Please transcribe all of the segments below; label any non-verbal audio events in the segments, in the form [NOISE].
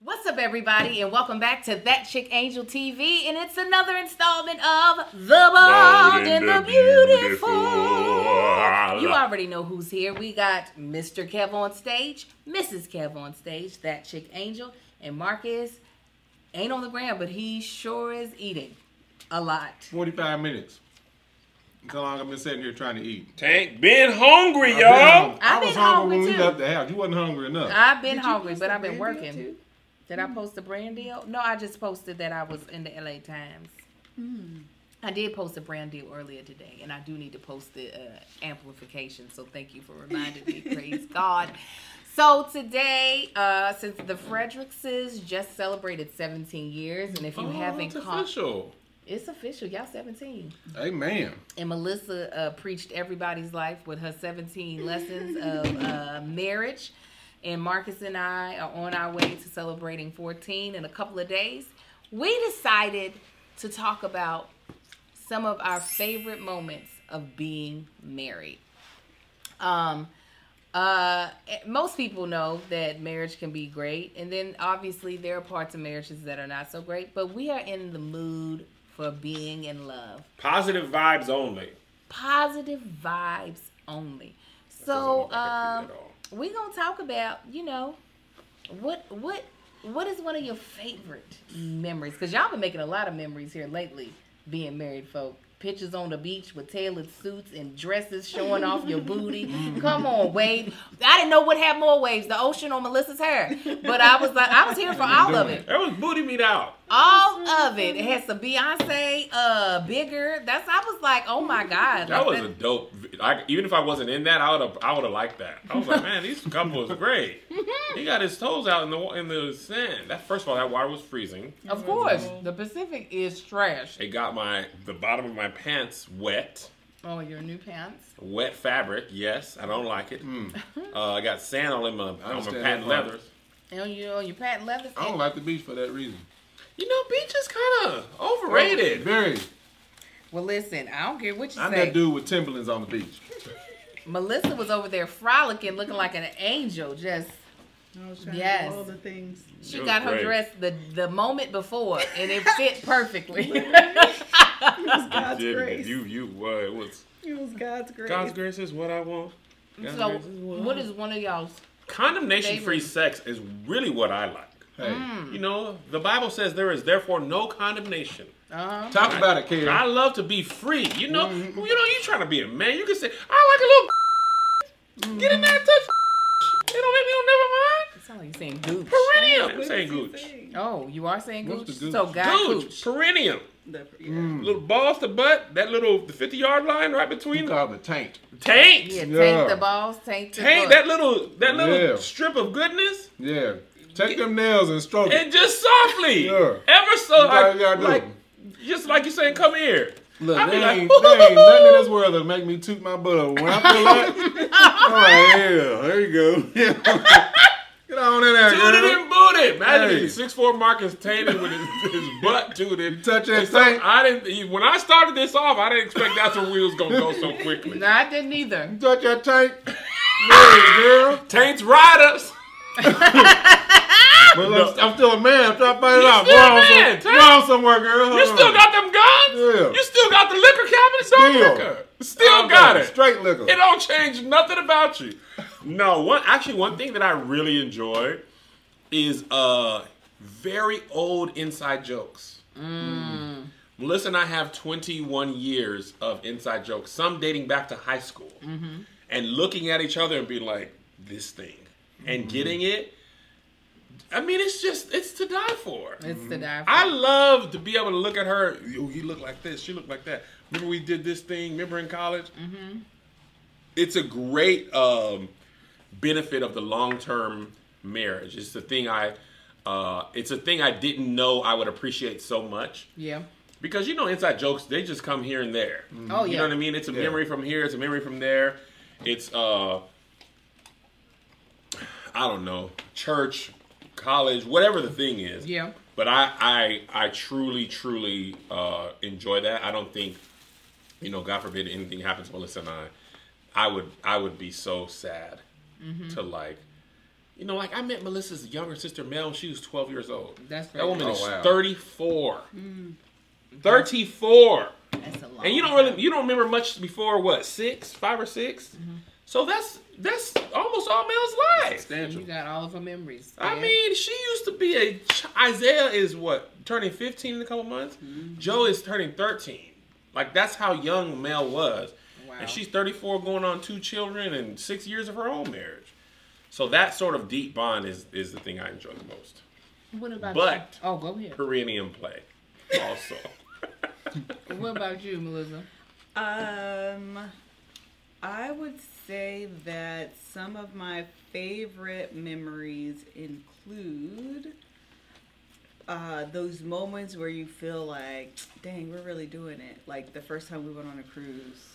What's up, everybody, and welcome back to That Chick Angel TV, and it's another installment of The Bald and the Beautiful. You already know who's here. We got Mr. Kev on stage, Mrs. Kev on stage, That Chick Angel, and Marcus ain't on the ground, but he sure is eating a lot. 45 minutes. That's how long I've been sitting here trying to eat. Tank been hungry, I've been y'all. hungry. I've I was been hungry, hungry when we too. left the house. You wasn't hungry enough. I've been you hungry, post but the I've been brand working. deal, too? Did I post the brand deal? No, I just posted that I was in the LA Times. Hmm. I did post a brand deal earlier today, and I do need to post the uh, amplification. So thank you for reminding [LAUGHS] me. Praise God. So today, uh, since the Frederickses just celebrated 17 years, and if you Oh, haven't it's caught, official. it's official. Y'all 17. Amen. And Melissa uh, preached everybody's life with her 17 lessons of uh, marriage. And Marcus and I are on our way to celebrating 14 in a couple of days. We decided to talk about some of our favorite moments of being married. Um, uh, eh, most people know that marriage can be great, and then obviously there are parts of marriages that are not so great. But we are in the mood for being in love Positive vibes only. positive vibes only. doesn't So look like um, it at all. we're gonna talk about you know what what what is one of your favorite memories? Because y'all been making a lot of memories here lately, being married folk. Pictures on the beach with tailored suits and dresses showing off your [LAUGHS] booty. Come on, wave. I didn't know what had more waves, the ocean or Melissa's hair. But I was like, I was here for all of it. That was booty meat out. All of it. It had some Beyonce, uh, bigger. That's I was like, oh my god. That like was a dope. vi- Like even if I wasn't in that, I would have. I would have liked that. I [LAUGHS] was like, man, these couple is great. [LAUGHS] He got his toes out in the wa- in the sand. That first of all, that water was freezing. Mm-hmm. Of course, the Pacific is trash. It got my the bottom of my pants wet. Oh, your new pants. Wet fabric, yes, I don't like it. Uh, I got sand all in my on my Hmm. understand patent that part. leathers. And you on your patent leathers. I don't like the beach for that reason. You know, beach is kind of overrated. Very. well, listen, I don't care what you I'm say. that dude with Timberlands on the beach. Melissa was over there frolicking, looking like an angel. Just I was trying Yes. to do all the things. she It was got her great. dress the the moment before, and it fit perfectly. [LAUGHS] [LAUGHS] It was God's Yeah, grace. You you uh, it was It was God's grace. God's grace is what I want. God's so, grace is what I what want. is one of y'all's? condemnation free Favorite. sex is really what I like. Hey, Mm. You know, the Bible says there is therefore no condemnation. Uh-huh. talk about it, Karen. I love to be free. You know, Mm-hmm. you know, you trying to be a man. You can say, I like a Mm-hmm. little. Get in there, and touch. They don't It sounds like you're saying gooch. make me. Oh, never mind. Perennium. What I'm saying did you gooch. say? Oh, you are saying gooch. What's the gooch? So, guy Gooch. gooch. Perennium. The- yeah. Little balls to butt. That little the fifty yard line right You between. call it taint. Tank. Yeah, Yeah. take the balls, take the Tank. butt. That little that little Yeah. strip of goodness. Yeah. Take them nails and stroke it. and just softly, Yeah. ever so, That's all like, you gotta do. like, just like you saying, come here. Look, I there be ain't, like, there ain't nothing in [LAUGHS] this world that'll make me toot my butt up. When I feel [LAUGHS] like, I'm like, yeah, there you go. [LAUGHS] Get on in there, girl. Tooted and booted. Imagine Hey. six four Marcus Tatum with his, his butt tooted. [LAUGHS] Touch that And so thing. I didn't. he- When I started this off, I didn't expect that's where we was gonna go so quickly. No, I didn't either. Touch your tank. Yeah, girl. Taints riders. But I'm, I'm still a man. I'm trying to fight it You're out. still a Wrong some- man, Tank. wrong somewhere, girl. Hold You still on. got them guns. Uh-huh. Yeah. You still got the liquor cabinet. Still Still. liquor. Still got it. Straight liquor. It don't change nothing about you. No, one actually one thing that I really enjoy is uh very old inside jokes. Melissa and I have 21 years of inside jokes, some dating back to high school, and looking at each other and being like, "This thing," and getting it. I mean, it's just it's to die for. It's Mm-hmm. the die. I for. love to be able to look at her. Yo, he looked like this. She looked like that. Remember we did this thing. Remember in college. Mm-hmm. It's a great um, benefit of the long term marriage. It's the thing I. Uh, it's a thing I didn't know I would appreciate so much Yeah. because you know inside jokes they just come here and there. Oh, You yeah. know what I mean? It's a Yeah. memory from here. It's a memory from there. It's uh, I don't know, church, college, whatever the thing is. Yeah. But I I I truly truly uh, enjoy that. I don't think you know, God forbid anything Mm-hmm. happens to Melissa and I, I would I would be so sad to like You know, like I met Melissa's younger sister Mel when she was 12 years old. That's That woman Oh, is wow. 34. 34. That's a lot. And you don't really you don't remember much before what? 6, 5 or 6? So that's that's almost all Mel's life. You Substantial. got all of her memories. I man. mean, she used to be a ch- Isaiah is what turning 15 in a couple months. Joe is turning 13. Like that's how young Mel was. Wow. And she's 34 going on two children and 6 years of her own marriage. So that sort of deep bond is is the thing I enjoy the most. What about But- you? Oh, go ahead. Perennium play also. What about you, Melissa? Mm. Um, I would say that some of my favorite memories include uh, those moments where you feel like, dang, we're really doing it. Like the first time we went on a cruise,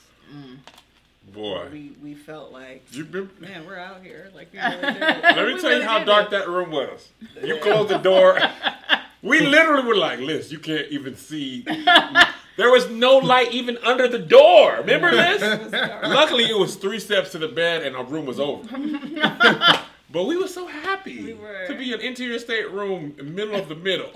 Boy. we, we felt like, You been- man, we're out here. Like, [LAUGHS] we really did it. Let me We tell you really how did dark it. that room was. You closed the door. We literally were like, Liz, you can't even see. There was no light even under the door. Remember It this? was dark. Luckily, it was three steps to the bed and our room was over. but we were so happy We were. to be an interior stateroom, middle of the middle.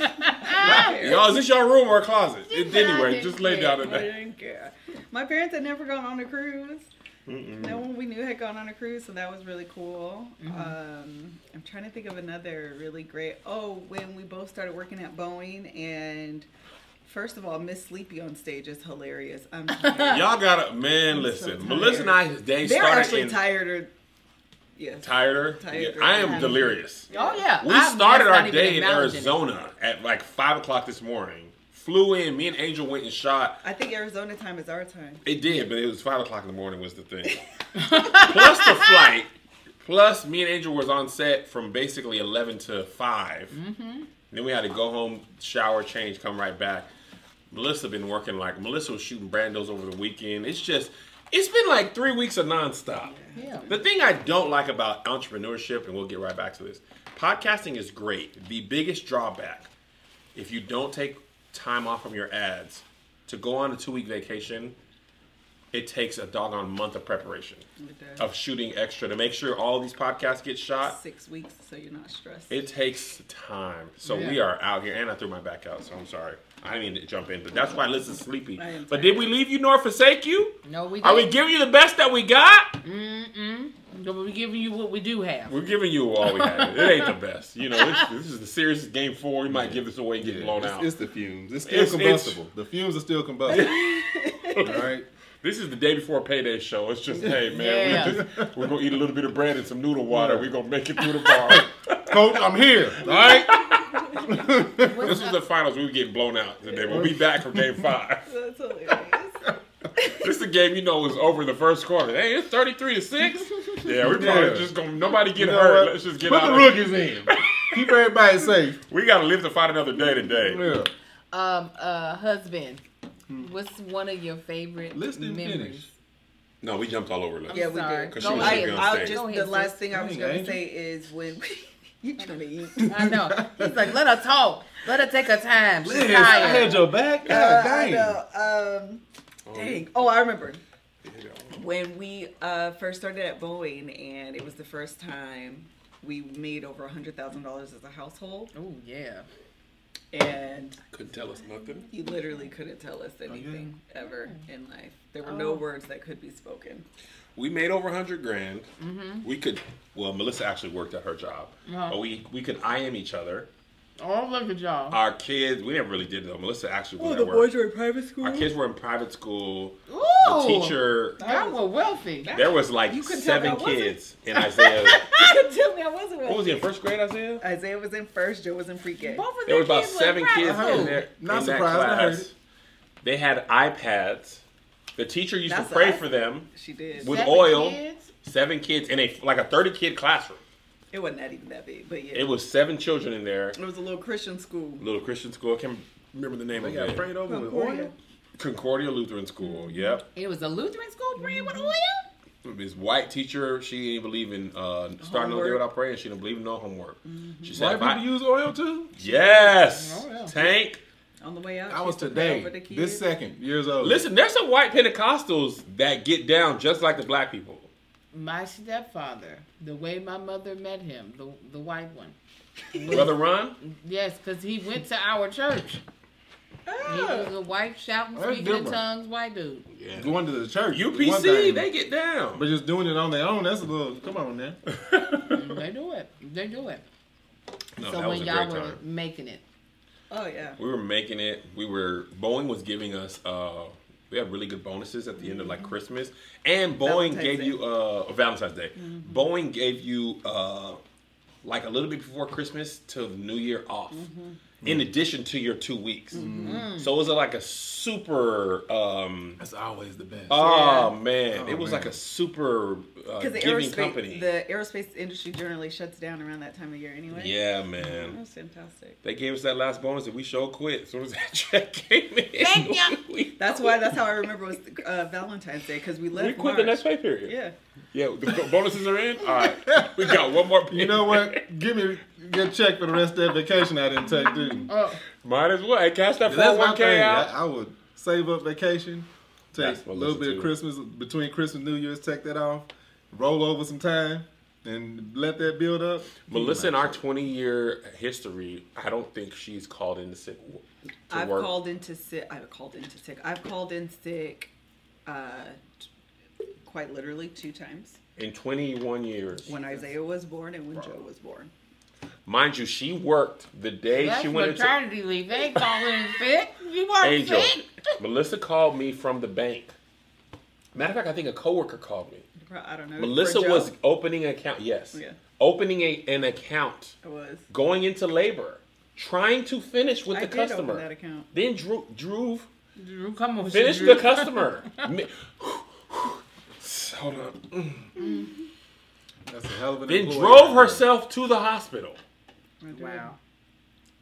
Y'all, is this your room or a closet? It, anyway, just lay down in I there. didn't care. My parents had never gone on a cruise. No one we knew had gone on a cruise, so that was really cool. Um, I'm trying to think of another really great. Oh, when we both started working at Boeing, and first of all, Miss Sleepy on stage is hilarious. I'm tired. Y'all gotta, man, so listen. tired. Melissa and I, they They're started actually in, tired. Or, yeah, Tired. Tired. Yeah, I am delirious. Oh yeah, We I'm- that's not started our even day in acknowledging it. Arizona at like five o'clock this morning. Flew in. Me and Angel went and shot. I think Arizona time is our time. It did, but it was five o'clock in the morning was the thing. plus the flight. Plus me and Angel was on set from basically eleven to 5 Then we had to go home, shower, change, come right back. Melissa been working like Melissa was shooting brandos over the weekend. It's just, it's been like three weeks of nonstop. Yeah. The thing I don't like about entrepreneurship, and we'll get right back to this, podcasting is great. The biggest drawback, if you don't take time off from your ads to go on a two week vacation, it takes a doggone month of preparation of shooting extra to make sure all these podcasts get shot. Six weeks, so you're not stressed. It takes time. So we Yeah. are out here, and I threw my back out, so I'm sorry. I didn't mean to jump in, but that's why Liz is sleepy. I am But tired. did we leave you nor forsake you? No, we. Are we didn't. giving you the best that we got? No, but we giving you what we do have. We're giving you all we have. It ain't the best. You know, this, this is the serious game four. We might give this away and get blown it's, out. it's the fumes. It's still It's- it's- combustible. the fumes are [LAUGHS] still combustible. All right. this is the day before payday show. It's just, hey, man, Yeah. we just, we're going to eat a little bit of bread and some noodle water. We're going to make it through the [LAUGHS] bar. Coach, I'm here. All right. this is the finals. We were getting blown out today. We'll be back from game five. That's hilarious. This is a game you know is over in the first quarter. Hey, it's 33 to [LAUGHS] 6. Yeah, we're probably Yeah. just going to, nobody get You know hurt. what? Let's just get Put out the of here. rookies in. Keep [LAUGHS] everybody safe. We got to live to fight another day today. Yeah. Um, uh, husband, Hmm. what's one of your favorite Let's do memories? finish. No, we jumped all over. Liz. Yeah, we Sorry. did. 'Cause Go she was I, sleeping on I'll stage. just Go ahead, the sis. last thing I was Dang, gonna Angel. say is when [LAUGHS] you trying to eat. I know. He's like, let her talk. Let her take her time. She's Liz, I had tired. your back. God Uh, I dang. know. Um, dang. Oh, I remember when we uh, first started at Boeing, and it was the first time we made over a hundred thousand dollars as a household, Oh yeah. and Couldn't tell us nothing. you literally couldn't tell us anything ever in life. There were no words that could be spoken. we made over 100 grand Mm-hmm. we could well melissa actually worked at her job Uh-huh. but we we could im each other Oh, look at y'all. our kids we never really did though melissa actually was at work. were in private school. [LAUGHS] our kids were in private school Ooh. Uh, the teacher Y'all were wealthy. there was like You couldn't tell seven that wasn't- kids in [LAUGHS] isaiah tell me I wasn't. what was he in first grade isaiah Isaiah was in first. Joe was in pre-K. Both of there was their about kids seven were kids proud. in there Oh, Not in surprised, I that heard class it. they had ipads the teacher used That's to pray us. for them She did. with Seven oil kids? seven kids in a like a 30 kid classroom It wasn't that even that big, but yeah. it was seven children in there It was a little Christian school. little Christian school. I can't remember the name They of got it. prayed over with Concordia. oil. Concordia Lutheran School. Yep. It was a Lutheran school brand with oil. This white teacher, she didn't believe in uh, starting the day Homework. without praying. She didn't believe in no homework. She said, if Black Mm-hmm. people I- use oil too? "Yes, Oh, yeah. tank." On the way out, I she was used to pray today, over the kids. this second, years old. Listen, there's some white Pentecostals that get down just like the black people. my stepfather, the way my mother met him, the the white one. Mm-hmm. Brother Ron? Yes, because he went to our church. He Oh. was a white shouting, That's speaking in different. tongues, white dude. Yeah. Going to the church. is one UPC, thing, they get down. But just doing it on their own, that's a little. Come on now. They do it. They do it. No, so that was when a y'all great were time. making it, Oh yeah. We were making it. We were Boeing was giving us. uh We had really good bonuses at the end of like Christmas, and Boeing Valentine's gave Day. you uh or Valentine's Day. Boeing gave you uh like a little bit before Christmas to the New Year off. In addition to your two weeks, so it was like a super. um That's always the best. Oh man, Oh, it was man. like a super uh, Because the giving aerospace company. the aerospace industry generally shuts down around that time of year anyway. yeah, That man. was fantastic. They gave us that last bonus, and we sure quit as [LAUGHS] soon as that check came in. Thank ya. [LAUGHS] We- That's why. That's how I remember was uh, Valentine's Day because we left. we quit the March. next pay period. Yeah. Yeah, the bo- bonuses are in. All [LAUGHS] right, we got one more. You know what? Give me your check for the rest of that vacation I didn't take, dude. oh, Might as well Hey, cash that That's four oh my one thing. k I, out. I would save up vacation, take That's a what little Lisa bit do. of Christmas between Christmas and New Year's, take that off, roll over some time, and let that build up. Melissa, in our twenty year history, I don't think she's called in to, sit, to I've work. called into sick. I've called into sick. I've called in sick, uh, t- quite literally two times in twenty one years. when Isaiah was born and when Joe was born. Mind you, she worked the day that's she went into. maternity leave. They ain't calling it sick. You weren't Angel, sick. Melissa called me from the bank. Matter of fact, I think a coworker called me. Pro- I don't know. for Melissa Joe, was opening an account. Yes, Yeah. opening a, an account, I was. going into labor, trying to finish with I the did customer. open that account. Then Drew, Drew Drew, come on, finish Drew. the [LAUGHS] customer. Mi- Hold on. That's a hell of [SIGHS] an Then employee. drove herself to the hospital I did. Wow.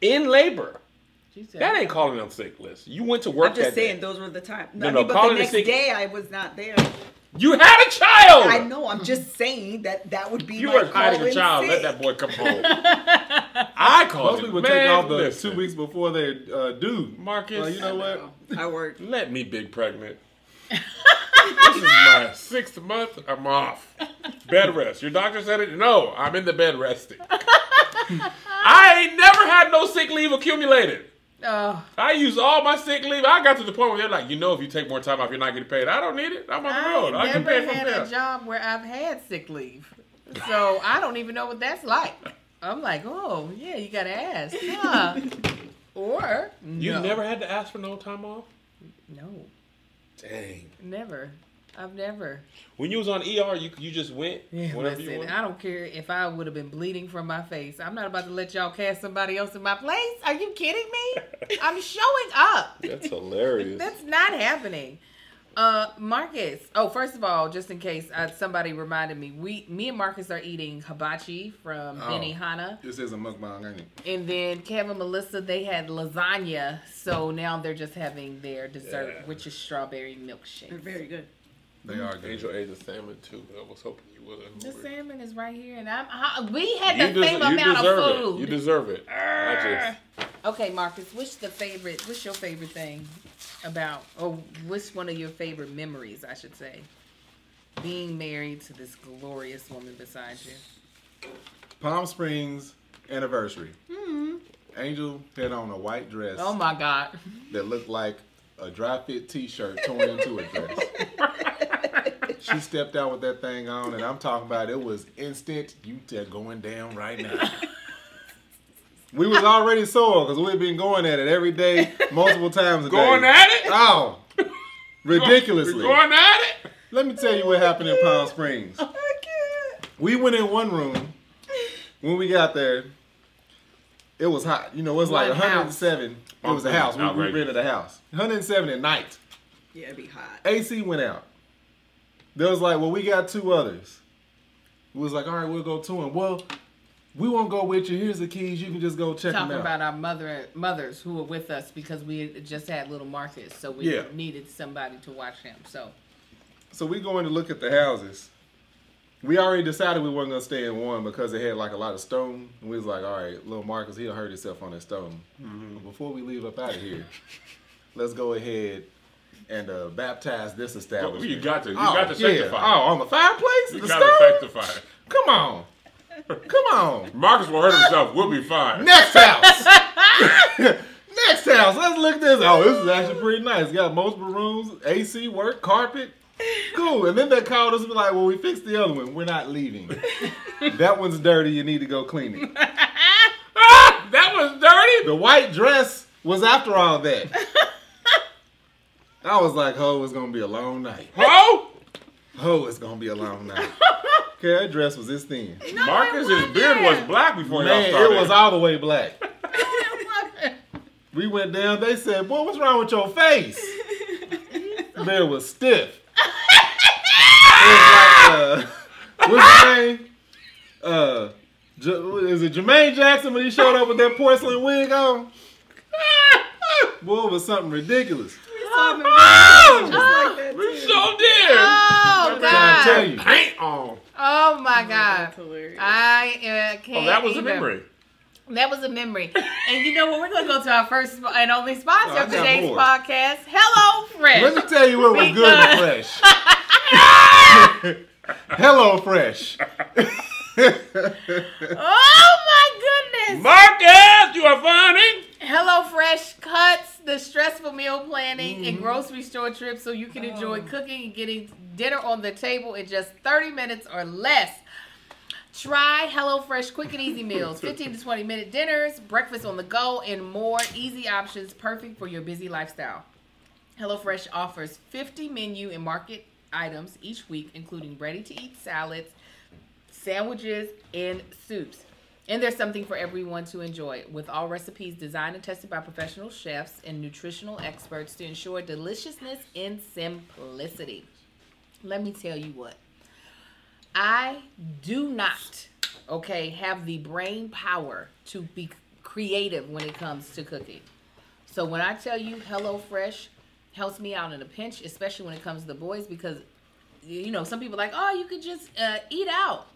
in labor. She said, That ain't calling on sick list. You went to work I'm just that saying day. those were the time. No, I no, mean, but calling the in next sick- day I was not there. You had a child. I know. I'm just saying that that would be. You my were hiding call a in child. Let Sick. that boy come [LAUGHS] home. I called Most him. people Man, take off the listen. two weeks before they uh, due. Marcus. Well, you know what? Oh, I worked. Let me big pregnant. [LAUGHS] this is my sixth month. I'm off. Bed rest. Your doctor said it? No, I'm in the bed resting. [LAUGHS] I ain't never had no sick leave accumulated. Oh, I used all my sick leave. I got to the point where they're like, you know, if you take more time off, you're not getting paid. I don't need it. I'm on the I road. I can never pay from had a there. job where I've had sick leave, so I don't even know what that's like. I'm like, oh yeah, you gotta ask, huh? or You no. never had to ask for no time off? No, Dang. never. I've never. When you was on ER, you you just went whenever you Listen, wanted. I don't care if I would have been bleeding from my face. I'm not about to let y'all cast somebody else in my place. Are you kidding me? [LAUGHS] I'm showing up. That's hilarious. That's not happening. Uh, Marcus. Oh, first of all, just in case uh, somebody reminded me, we, me and Marcus are eating hibachi from Oh. Benihana, This is a mukbang, ain't it? and then Kevin, Melissa, they had lasagna, so now they're just having their dessert, Yeah. which is strawberry They're milkshake. very good. Mm-hmm. They are good. Angel ate the salmon too. I was hoping you would. The salmon is right here, and I'm. I, we had You, the des- same you amount deserve of food. it. You deserve it. I Okay, Marcus, what's the favorite? What's your favorite thing about, or what's one of your favorite memories? I should say, being married to this glorious woman beside you. Palm Springs anniversary. Angel had on a white dress Hmm. Oh my [LAUGHS] God! that looked like a dry fit T-shirt torn into [LAUGHS] a dress. she stepped out with that thing on, and I'm talking about it was instant. You are going down [LAUGHS] right now. We was already sore because we've been going at it every day, multiple times a Going day. at it? Oh, [LAUGHS] just ridiculously. Ah, going at it. Let me tell you what happened in Palm Springs. I can't. We went in one room. When we got there, it was hot. You know, it was like One 107. It was a house. We, we Outrageous. rented a house. 107 at night. Yeah, it'd be hot. AC went out. There was like, well, we got two others. We was like, all right, we'll go to him. Well, we won't go with you. Here's the keys. You can just go check Talking them out. about our mother mothers who were with us because we had just had little Marcus, so we Yeah. needed somebody to watch him. [LAUGHS] So So we going to look at the houses. We already decided we weren't gonna stay in one because it had like a lot of stone. And we was like, all right, little Marcus, he'll Mm-hmm. hurt himself on that stone. But before we leave up out of here, let's go ahead and uh, baptized this establishment. you got to- you oh, got to yeah. sanctify. Oh, on the fireplace? You the gotta stove? sanctify it. Come on. Come on. Marcus will Ah! hurt himself. We'll be fine. [LAUGHS] Next house. [LAUGHS] Next house. Let's look at this. Oh, this is actually pretty nice. Got multiple rooms, AC work, carpet. Cool. And then they called us and be like, well, we fixed the other one. We're [LAUGHS] not leaving. that one's dirty. You need to go clean it. Ah, that was dirty. The white dress was after all that. I was like, oh, it's going to be a long night. Oh, Oh, it's going to be a [LAUGHS] long night. Okay, that dress was this thin. Marcus, his beard was black before y'all Man, started. it was all the way black. Oh, We went down. They said, "Boy, what's wrong with your face?" Bear was stiff. it was like, uh, what's his name? Uh, J- is it Jermaine Jackson when he showed up with that porcelain wig on? [LAUGHS] Boy, it was something ridiculous. [LAUGHS] Ah, we sure did. Oh I'm trying to tell God! you. Paint on. Oh my God! That's hilarious. I uh, can't. Oh, that was a even- memory. That was a memory. And you know what? We're gonna go to our first sp- and only sponsor Oh, I of got today's more. podcast. Hello, Let Fresh. me tell you what was good and fresh. [LAUGHS] Hello, fresh. Oh my goodness! Marcus, you are funny. Hello Fresh cuts the stressful meal planning and grocery store trips so you can enjoy cooking and getting dinner on the table in just 30 minutes or less. Try HelloFresh quick and easy meals, 15 to 20 minute dinners, breakfast on the go, and more easy options perfect for your busy lifestyle. HelloFresh offers 50 menu and market items each week, including ready to eat salads, sandwiches, and soups. And there's something for everyone to enjoy, with all recipes designed and tested by professional chefs and nutritional experts to ensure deliciousness and simplicity. Let me tell you what. I do not, okay, have the brain power to be creative when it comes to cooking. So when I tell you HelloFresh helps me out in a pinch, especially when it comes to the boys, because you know some people like, oh, you could just uh, eat out.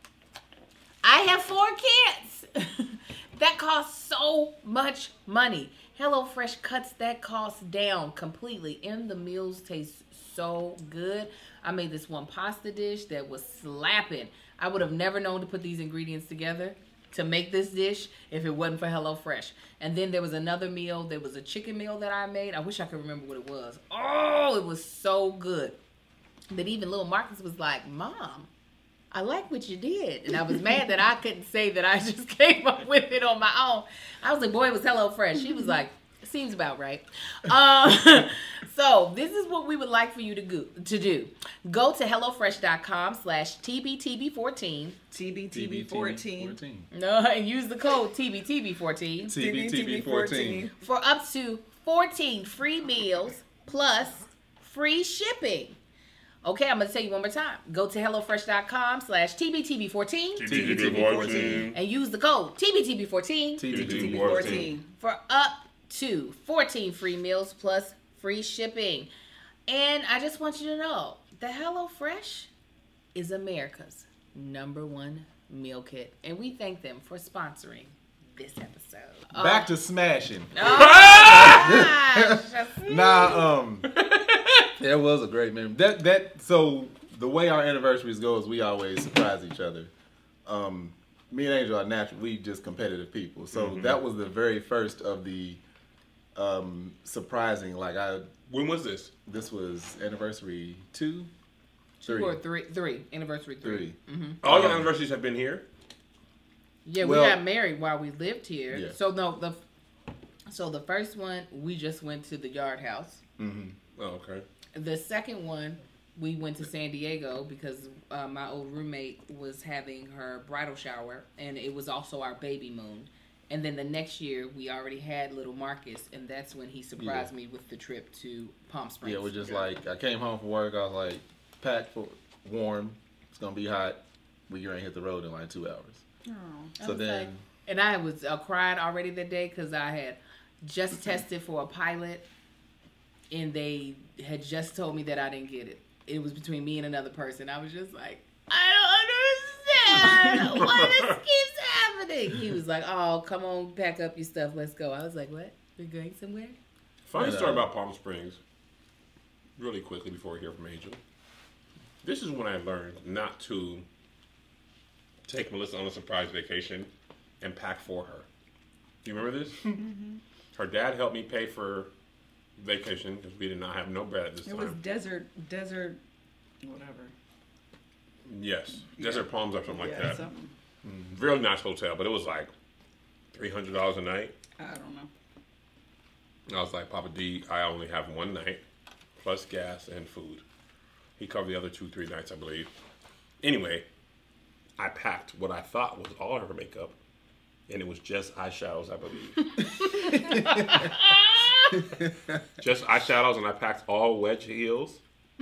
I have four kids. [LAUGHS] that costs so much money. HelloFresh cuts that cost down completely, and the meals taste so good. I made this one pasta dish that was slapping. I would have never known to put these ingredients together to make this dish if it wasn't for HelloFresh. And then there was another meal. There was a chicken meal that I made. I wish I could remember what it was. Oh, it was so good that even little Marcus was like, "Mom." I like what you did. And I was mad that I couldn't say that I [LAUGHS] just came up with it on my own. I was like, boy, it was Hello Fresh. She was like, seems about right. Um, [LAUGHS] so this is what we would like for you to go to do. Go to HelloFresh.com slash TBTB14. TBTB 14. No, [LAUGHS] and use the code TBTB14 TBTB 14. for up to 14 free meals plus free shipping. Okay, I'm gonna tell you one more time. Go to HelloFresh.com slash TBTB14 TBTB14. and use the code TBTB14 14. TBTB 14. for up to 14 free meals plus free shipping. And I just want you to know that HelloFresh is America's number one meal kit. And we thank them for sponsoring this episode. Oh, Uh, Back [LAUGHS] to smashing. [LAUGHS] Gosh, [LAUGHS] Nah, um, that was a great memory. That that so the way our anniversaries go is we always surprise each other. Um, me and Angel are natural. We just competitive people. So that was the very first of the um surprising. Like I, When was this? this was anniversary two, Two three. or three, three anniversary three. three. Mm-hmm. All your anniversaries have been here. Yeah, Well- we got married while we lived here. Yeah. So no, the so the first one we just went to the yard house. Oh, okay. The second one, we went to San Diego because uh, my old roommate was having her bridal shower, and it was also our baby moon. And then the next year, we already had little Marcus, and that's when he surprised me with the trip to Palm Springs. Yeah, we're just like I came home from work. I was like, packed for warm. It's gonna be hot. We gonna hit the road in like two hours. I was So like- then. and I was uh, crying already that day because I had Mm-hmm. just tested for a pilot, and they had just told me that I didn't get it. It was between me and another person. I was just like, I don't [LAUGHS] understand why this keeps happening. He was like, Oh, come on, pack up your stuff, let's go. I was like, What? We're going somewhere? uh, Funny Yeah. story about Palm Springs. really quickly before we hear from Angel. This is when I learned not to take Melissa on a surprise vacation and pack for her. You remember [LAUGHS] this? Mm-hmm. her dad helped me pay for vacation because we did not have no bread at this It was time. desert, desert, whatever. yes, Desert Palms or something like yeah, that. something. Real nice hotel, but it was like three hundred dollars a night. I don't know. And I was like, Papa D, I only have one night, plus gas and food. He covered the other two, three nights, I believe. Anyway, I packed what I thought was all her makeup, and it was just eyeshadows, I believe. [LAUGHS] just eyeshadows, and I packed all wedge [LAUGHS] heels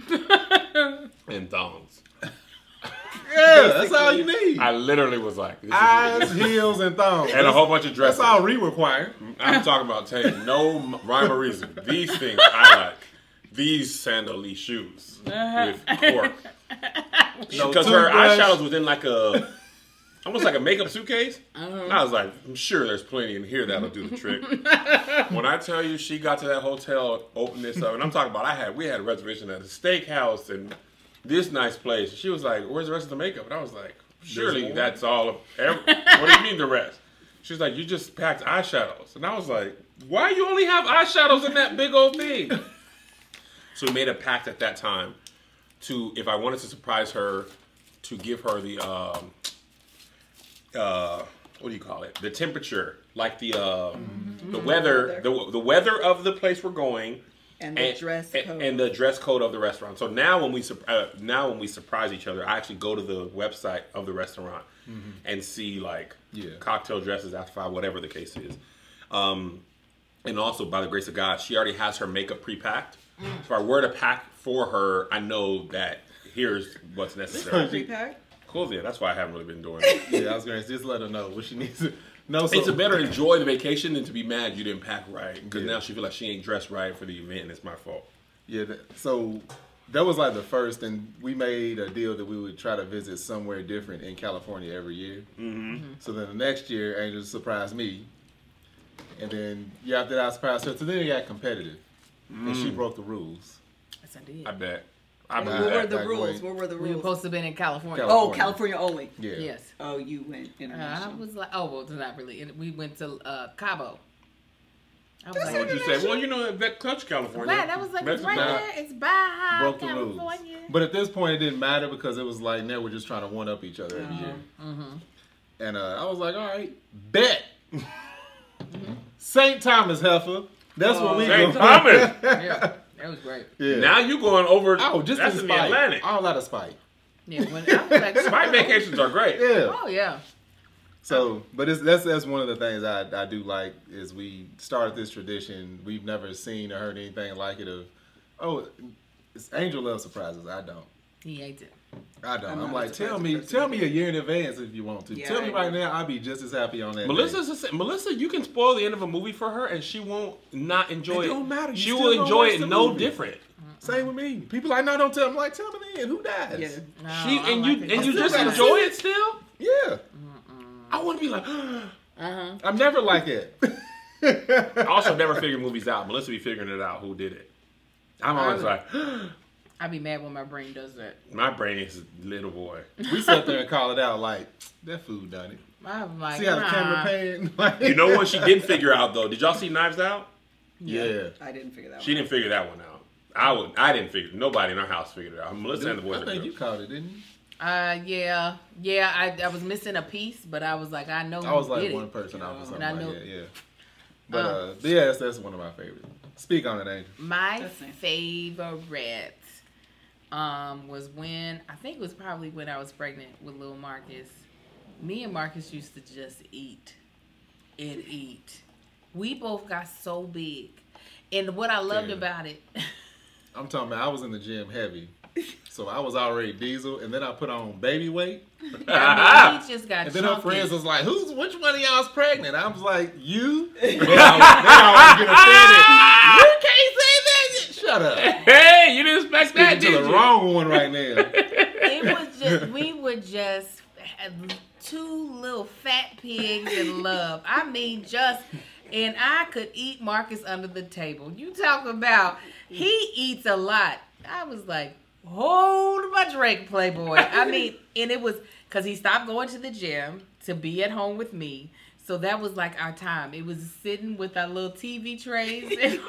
and thongs. Yeah, that's all you need. I literally was like, this is Eyes, heels, and thumbs. and a whole bunch of That's dresses. all we require. I'm talking about Tay. No m- rhyme or reason. These things I like. These sandally shoes with cork. No Because her toothbrush. eyeshadows was in like a, almost like a makeup suitcase. And I was like, I'm sure there's plenty in here that'll do the trick. when I tell you she got to that hotel, opened this up, and I'm talking about I had we had a reservation at a steakhouse and this nice place. She was like, "Where's the rest of the makeup?" And I was like, "Surely more?" that's all of [LAUGHS] every, What do you mean the rest?" She's like, "You just packed eyeshadows," and I was like, "Why you only have eyeshadows in that big old thing?" [LAUGHS] so we made a pact at that time to if I wanted to surprise her, to give her the um, uh, what do you call it? The temperature, like the uh, the weather, the the weather of the place we're going, And the dress and- code. and the dress code of the restaurant. So now when we surp- uh, now when we surprise each other, I actually go to the website of the restaurant and see like Mm-hmm. Yeah. cocktail dresses after five, whatever the case is. Um, and also by the grace of God, she already has her makeup pre-packed. So if I were to pack for her, I know that here's what's [LAUGHS] necessary. Pre-pack? cool then. That's why I haven't really been doing it. Yeah, I was gonna say, just let her know what she needs. To, [LAUGHS] no, [LAUGHS] so it's a better enjoy the vacation than to be mad you didn't pack right because Yeah. now she feel like she ain't dressed right for the event and it's my fault. Yeah, that, so that was like the first, and we made a deal that we would try to visit somewhere different in California every year. Mm-hmm. So then the next year, Angel surprised me, and then yeah, after that I surprised her. So then it got competitive, and Mm. she broke the rules. Yes, I did. I bet. I Nah. believe What Back, were the back rules? away. What were the We were rules? supposed to have been in California. California. oh, California only. Yeah, Yes. Oh, you went Uh, I international. was like, oh well, not really. And we went to uh, Cabo. I was What would you say? Well, you know, at Vet Clutch, California. Right, that was like it's That's right about- about- there. It's Baja, broke the rules. California. But at this point, it didn't matter because it was like now we're just trying to one up each other every Oh. year. Mm-hmm. And uh, I was like, all right, bet. [LAUGHS] St. Thomas heifer. That's what we St. go- Oh, [LAUGHS] Thomas. yeah, that was great. Yeah. Now you going over. Oh, just that's in in spite. the Atlantic. [LAUGHS] All out of spite. Yeah, when I was like, My vacations are great. Yeah. oh yeah, So, but it's, that's that's one of the things I, I do like is we started this tradition. We've never seen or heard anything like it. Of oh, it's Angel loves surprises. I don't. he ate it. I don't. I'm I'm, not a like, surprise tell me, person. tell me a year in advance if you want to. Yeah, tell I me agree. right now, I'll be just as happy on that. day. Melissa's the same. Melissa, you can spoil the end of a movie for her, and she won't not enjoy It it. don't matter. You She still will gonna enjoy watch the it no movie. different. same with me. People like, no, don't tell. I'm like, tell me then. Who dies? yeah. No, she I and like you it. and you still just gotta enjoy see it still. Yeah. I want to be like. [GASPS] Uh-huh. I'm never like it. [LAUGHS] I also never figure movies out. Melissa be figuring it out. Who did it? I'm always like, I be mad when my brain does that. [GASPS] my brain is a little boy. we sat there and called it out like that food done it. I'm like, See how the nah. camera pan? [LAUGHS] You know what she did figure out though? Did y'all see Knives Out? Yeah. I didn't figure that She didn't figure that one out. I would. I didn't figure. Nobody in our house figured it out. Melissa and the boys. I are think girls. you called it, didn't you? Uh, yeah, yeah. I, I was missing a piece, but I was like, I know. I was who like did one it. person off or something And I like know- that, yeah. But, Um, uh, but yeah, that's, that's one of my favorites. Speak on it, Angel. My That's nice. favorite um, was when I think it was probably when I was pregnant with little Marcus. Me and Marcus used to just eat and eat. We both got so big, and what I loved Damn. about [LAUGHS] it, [LAUGHS] I'm talking about I was in the gym heavy. So I was already diesel, and then I put on baby weight. I mean, we just got And then her chunky. friends was like, "Who's which one of y'all's pregnant?" I was like, [LAUGHS] "You." They always, they always get offended. You can't say that. Shut up. Hey, you didn't expect that, Speaking to did the you? wrong one [LAUGHS] right now. it was just we were just two little fat pigs in love. I mean, just and I could eat Marcus under the table. You talk about he eats a lot. I was like, hold my drink, Playboy. I mean, and it was because he stopped going to the gym to be at home with me. So that was like our time. It was sitting with our little TV trays. And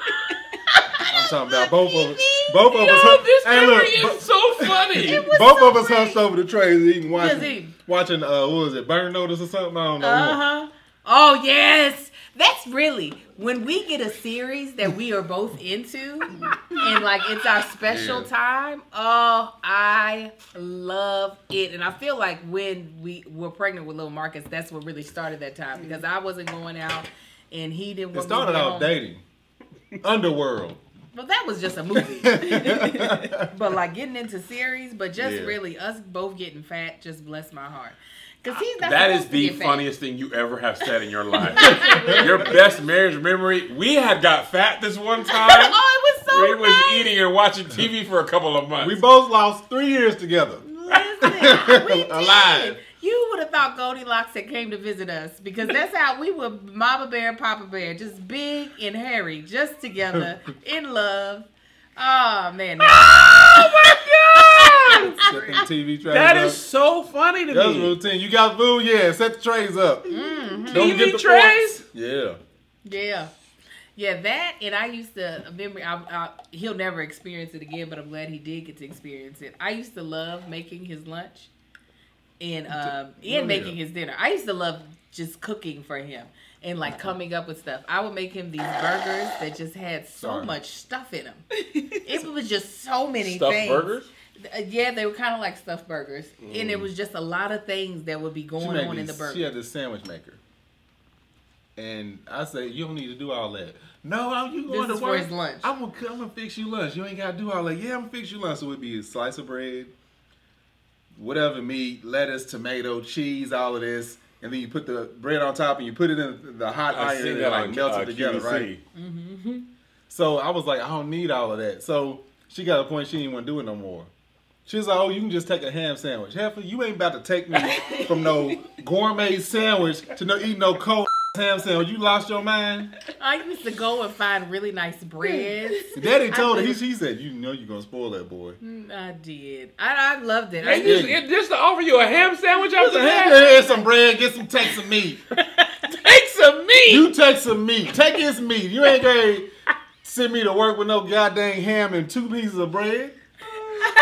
I'm talking about both of us. Both of us. hung- this Hey, memory look, is so [LAUGHS] funny. It was both so of us great. hunched over the trays eating, watching, eating. watching. Uh, what was it? Burn Notice or something? I don't know. Uh Uh-huh. huh. Oh yes, that's really when we get a series that we are both into, and like it's our special Yeah. time. Oh, I love it, and I feel like when we were pregnant with little Marcus, that's what really started that time because I wasn't going out, and he didn't. It want me started to get off home. dating. [LAUGHS] Underworld. [LAUGHS] Well, that was just a movie, but like getting into series, but just Yeah. really us both getting fat just blessed my heart because he's not That supposed is to the get fat. funniest thing you ever have said in your life. your best marriage memory. We had got fat this one time. [LAUGHS] [LAUGHS] Oh, it was so we was nice. eating and watching TV for a couple of months. We both lost three years together. Listen, we did. Alive. You would have thought Goldilocks had came to visit us because that's how we were Mama Bear and Papa Bear, just big and hairy, just together, in love. Oh man. Oh my Set them [LAUGHS] TV trays that up. is so funny to That's me. routine. You got food? Yeah, set the trays up. Don't TV get the trays? forks. Yeah. Yeah. Yeah, that and I used to a memory. I, I, he'll never experience it again, but I'm glad he did get to experience it. I used to love making his lunch, and um, and making his dinner. I used to love just cooking for him and like Uh-huh. coming up with stuff. I would make him these burgers that just had so Sorry. much stuff in them. [LAUGHS] It was just so many Stuffed things. burgers? Uh, Yeah, they were kind of like stuffed burgers, and it was just a lot of things that would be Mm. She, going made on in the these- she burger. had this sandwich maker. And I said, you don't need to do all that. No, I'm, you going is to for work. his lunch. I'm gonna, I'm gonna fix you lunch. You ain't gotta do all that. Yeah, I'm gonna fix you lunch. So it would be a slice of bread, whatever meat, lettuce, tomato, cheese, all of this, and then you put the bread on top and you put it in the hot I iron seen and that it on like melts uh, it together, QVC. right? So I was like, I don't need all of that. So she got a point. She didn't want to do it no more. She was like, oh, you can just take a ham sandwich. Heifer, you ain't about to take me from no gourmet sandwich to no eat no cold [LAUGHS] ham sandwich. You lost your mind. I used to go and find really nice breads. Daddy told her. He, he said, you know you're gonna spoil that boy. I did. I, I loved it. I And used- just, it, just to offer you a ham sandwich after that? Here's some bread. Get some. Take some meat. Take some meat. You take some meat. Take his meat. You ain't gonna send me to work with no goddamn ham and two pieces of bread.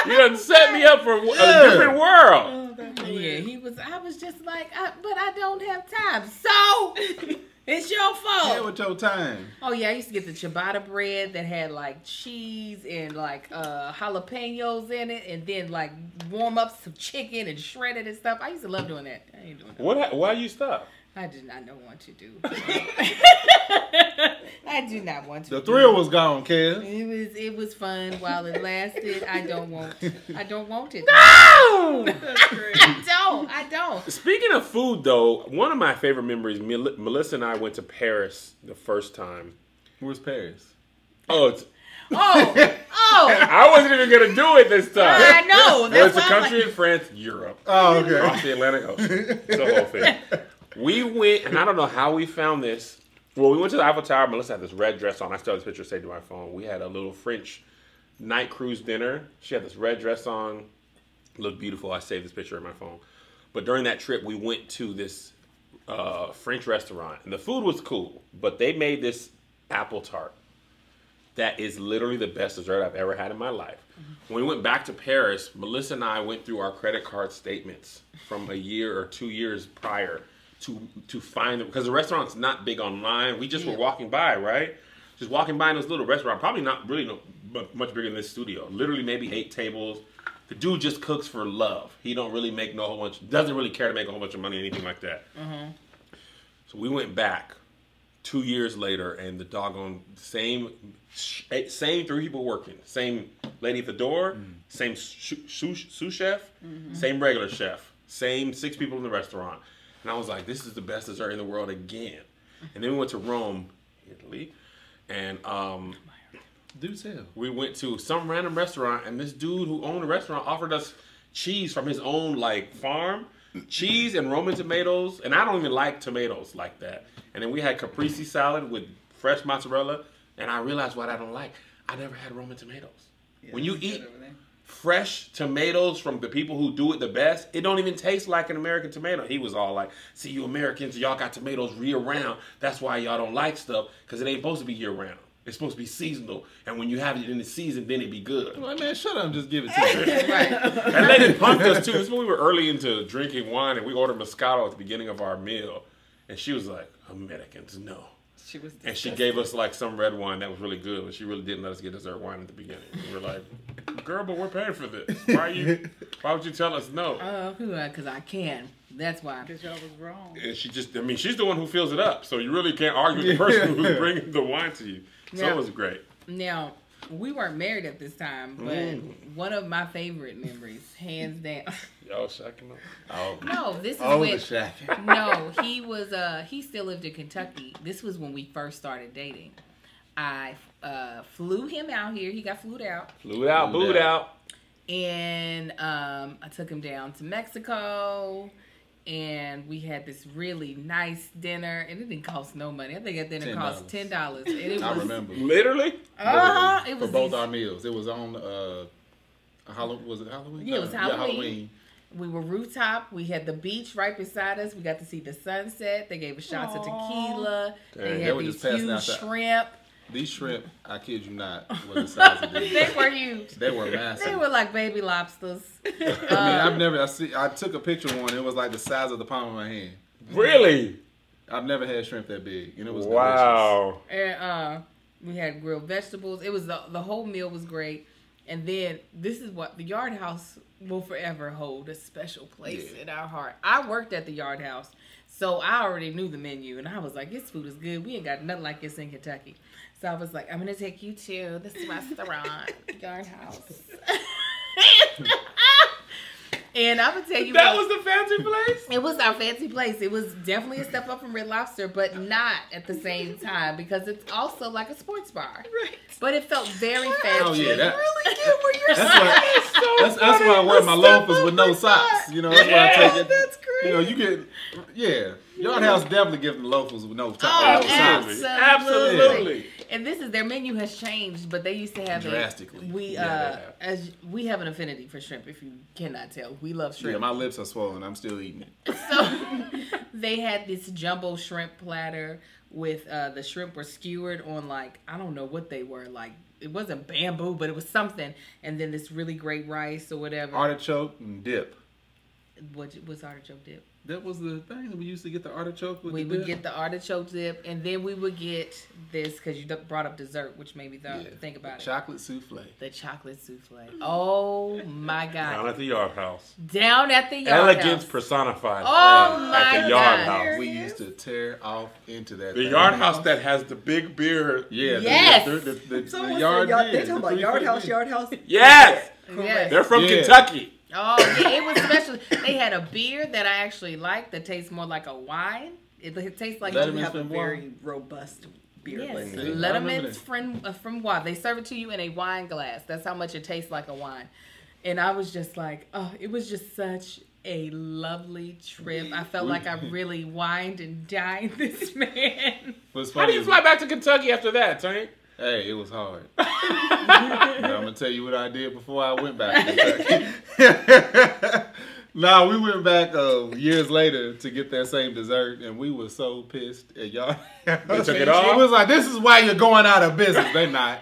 You done set me up for a Yeah. different Mm. world. yeah, he was. I was just like, I, but I don't have time. [LAUGHS] So it's your Yeah, fault. with your time. Oh yeah, I used to get the ciabatta bread that had like cheese and like uh, jalapenos in it, and then like warm up some chicken and shred it and stuff. I used to love doing that. I ain't doing that. What? ha- Why you stop? I did not know what to [LAUGHS] do. [LAUGHS] I do not want to. The do thrill was gone, Kev. It was it was fun while it lasted. I don't want I don't want [LAUGHS] it. I don't. I don't. Speaking of food, though, one of my favorite memories. Mel- Melissa and I went to Paris the first time. Where's Paris? Oh, it's, Oh, [LAUGHS] oh. I wasn't even gonna do it this time. I know. Well, That's it's a why I'm country like, in France, Europe, Oh, okay. [LAUGHS] across the Atlantic Ocean. It's a whole thing. We went, and I don't know how we found this. Well, we went to the Eiffel Tower. Melissa had this red dress on. I still have this picture saved to my phone. We had a little French night cruise dinner. She had this red dress on. Looked beautiful. I saved this picture in my phone. But during that trip, we went to this uh, French restaurant, and the food was cool. But they made this apple tart that is literally the best dessert I've ever had in my life. When we went back to Paris, Melissa and I went through our credit card statements from a year or two years prior to to find them because the restaurant's not big online. We just were walking by, right? Just walking by in this little restaurant, probably not really no, mu- much bigger than this studio. Literally maybe eight tables. The dude just cooks for love. He don't really make no whole bunch. Doesn't really care to make a whole bunch of money, anything like that. So we went back two years later, and the doggone same, sh- same three people working, same lady at the door, same sous sous chef, same regular chef, same six people in the restaurant, and I was like, this is the best dessert in the world again. And then we went to Rome, Italy, and um, Do tell. we went to some random restaurant, and this dude who owned the restaurant offered us cheese from his own like farm. cheese and Roman tomatoes, and I don't even like tomatoes like that. And then we had caprese salad with fresh mozzarella, and I realized what I don't like. I never had Roman tomatoes. when you it's good eat over there. fresh tomatoes from the people who do it the best, it don't even taste like an American tomato. He was all like, "See, you Americans, y'all got tomatoes year round. That's why y'all don't like stuff because it ain't supposed to be year round. It's supposed to be seasonal. And when you have it in the season, then it be good." [LAUGHS] I'm like, man, shut up and just give it [LAUGHS] to me. Right. That lady punked us too. This is when we were early into drinking wine, and we ordered Moscato at the beginning of our meal, and she was like, "Americans, no." She was. And she gave us like some red wine that was really good, but she really didn't let us get dessert wine at the beginning. We were like, "Girl, but we're paying for this. Why you? Why would you tell us no?" Uh, because I can. That's why. Because y'all was wrong. And she just—I mean, she's the one who fills it up, so you really can't argue with the person who's bringing the wine to you. So Yeah. it was great. Now, we weren't married at this time, but Mm. one of my favorite memories, hands down. [LAUGHS] Y'all shacking up. Oh, no, this is Oh, when the shack. no, he was uh he still lived in Kentucky. This was when we first started dating. I uh flew him out here. He got flued out. flew out, Flew booed out. And um I took him down to Mexico and we had this really nice dinner and it didn't cost no money. I think that dinner cost ten $10. dollars. And it was I remember. Literally, Uh-huh. Literally, It was for both these- our meals. It was on uh, Halloween. Was it Halloween? Yeah, it was Uh, Halloween. We were rooftop. We had the beach right beside us. We got to see the sunset. They gave us shots of Aw. tequila. Dang, They they had were these just passing huge out the- shrimp. [LAUGHS] These shrimp, I kid you not, was the size of [LAUGHS] these. They were huge. They were massive. They were uh, like baby lobsters. I mean, I've never. I see. I took a picture of one. It was like the size of the palm of my hand. really. I've never had shrimp that big, and it was Wow. And uh, we had grilled vegetables. It was the, the whole meal was great. And then this is what the Yard House will forever hold a special place Yeah. in our heart. I worked at the Yard House, so I already knew the menu, and I was like, "This food is good. We ain't got nothing like this in Kentucky." So I was like, "I'm gonna take you to this [LAUGHS] restaurant, Yard House." [LAUGHS] and I'm gonna tell you That what- was the fancy [LAUGHS] place. It was our fancy place. It was definitely a step up from Red Lobster, but not at the same time because it's also like a sports bar. Right. But it felt very fancy. Oh yeah, that, Really cute where you're that's [LAUGHS] why. [LAUGHS] That's, that's why I wear my loafers with no socks. You know, that's why I Oh, take it. that's great. You know, you get, yeah. Yard house definitely giving the loafers with no Oh, top. absolutely. Absolutely. Absolutely. And this is their menu has changed, but they used to have a- Drastically. we uh, Yeah. as we have an affinity for shrimp. If you cannot tell, we love Yeah, shrimp. my lips are swollen. I'm still eating it. so [LAUGHS] they had this jumbo shrimp platter with uh, the shrimp were skewered on like I don't know what they were like. It wasn't bamboo, but it was something. And then this really great rice or whatever. Artichoke and dip. what was artichoke dip? That was the thing that we used to get the artichoke with We the would dip. get the artichoke dip, and then we would get this because you th- brought up dessert, which made me th- Yeah. think about it. chocolate souffle. The chocolate souffle. Oh my Down god! at the Yard House. Down at the yard Elegance house. personified. Oh at my the Yard God. House. We used to tear off into that. The thing. Yard House that has the big beer. Yeah. the- Yes. The, the, the, the Someone yard. said yard, they did, talking the about three yard foot house, did. yard house. [LAUGHS] Yes. Yes. They're from Yeah. Kentucky. Oh, yeah, it was special. they had a beer that I actually liked that tastes more like a wine. It, it tastes like Letterman's We have a from very robust beer yes, list. I remember Letterman's that. from uh, from wine. They serve it to you in a wine glass. That's how much it tastes like a wine. And I was just like, oh, it was just such a lovely trip. I felt [LAUGHS] like I really wined and dined this [LAUGHS] man. What's How do funny you is- fly back to Kentucky after that, Tank? Hey, it was hard. but I'm gonna tell you what I did before I went back. to Kentucky. [LAUGHS] nah, we went back uh, years later to get that same dessert, and we were so pissed at y'all. They took it off? [LAUGHS] It was like this is why you're going out of business. They not,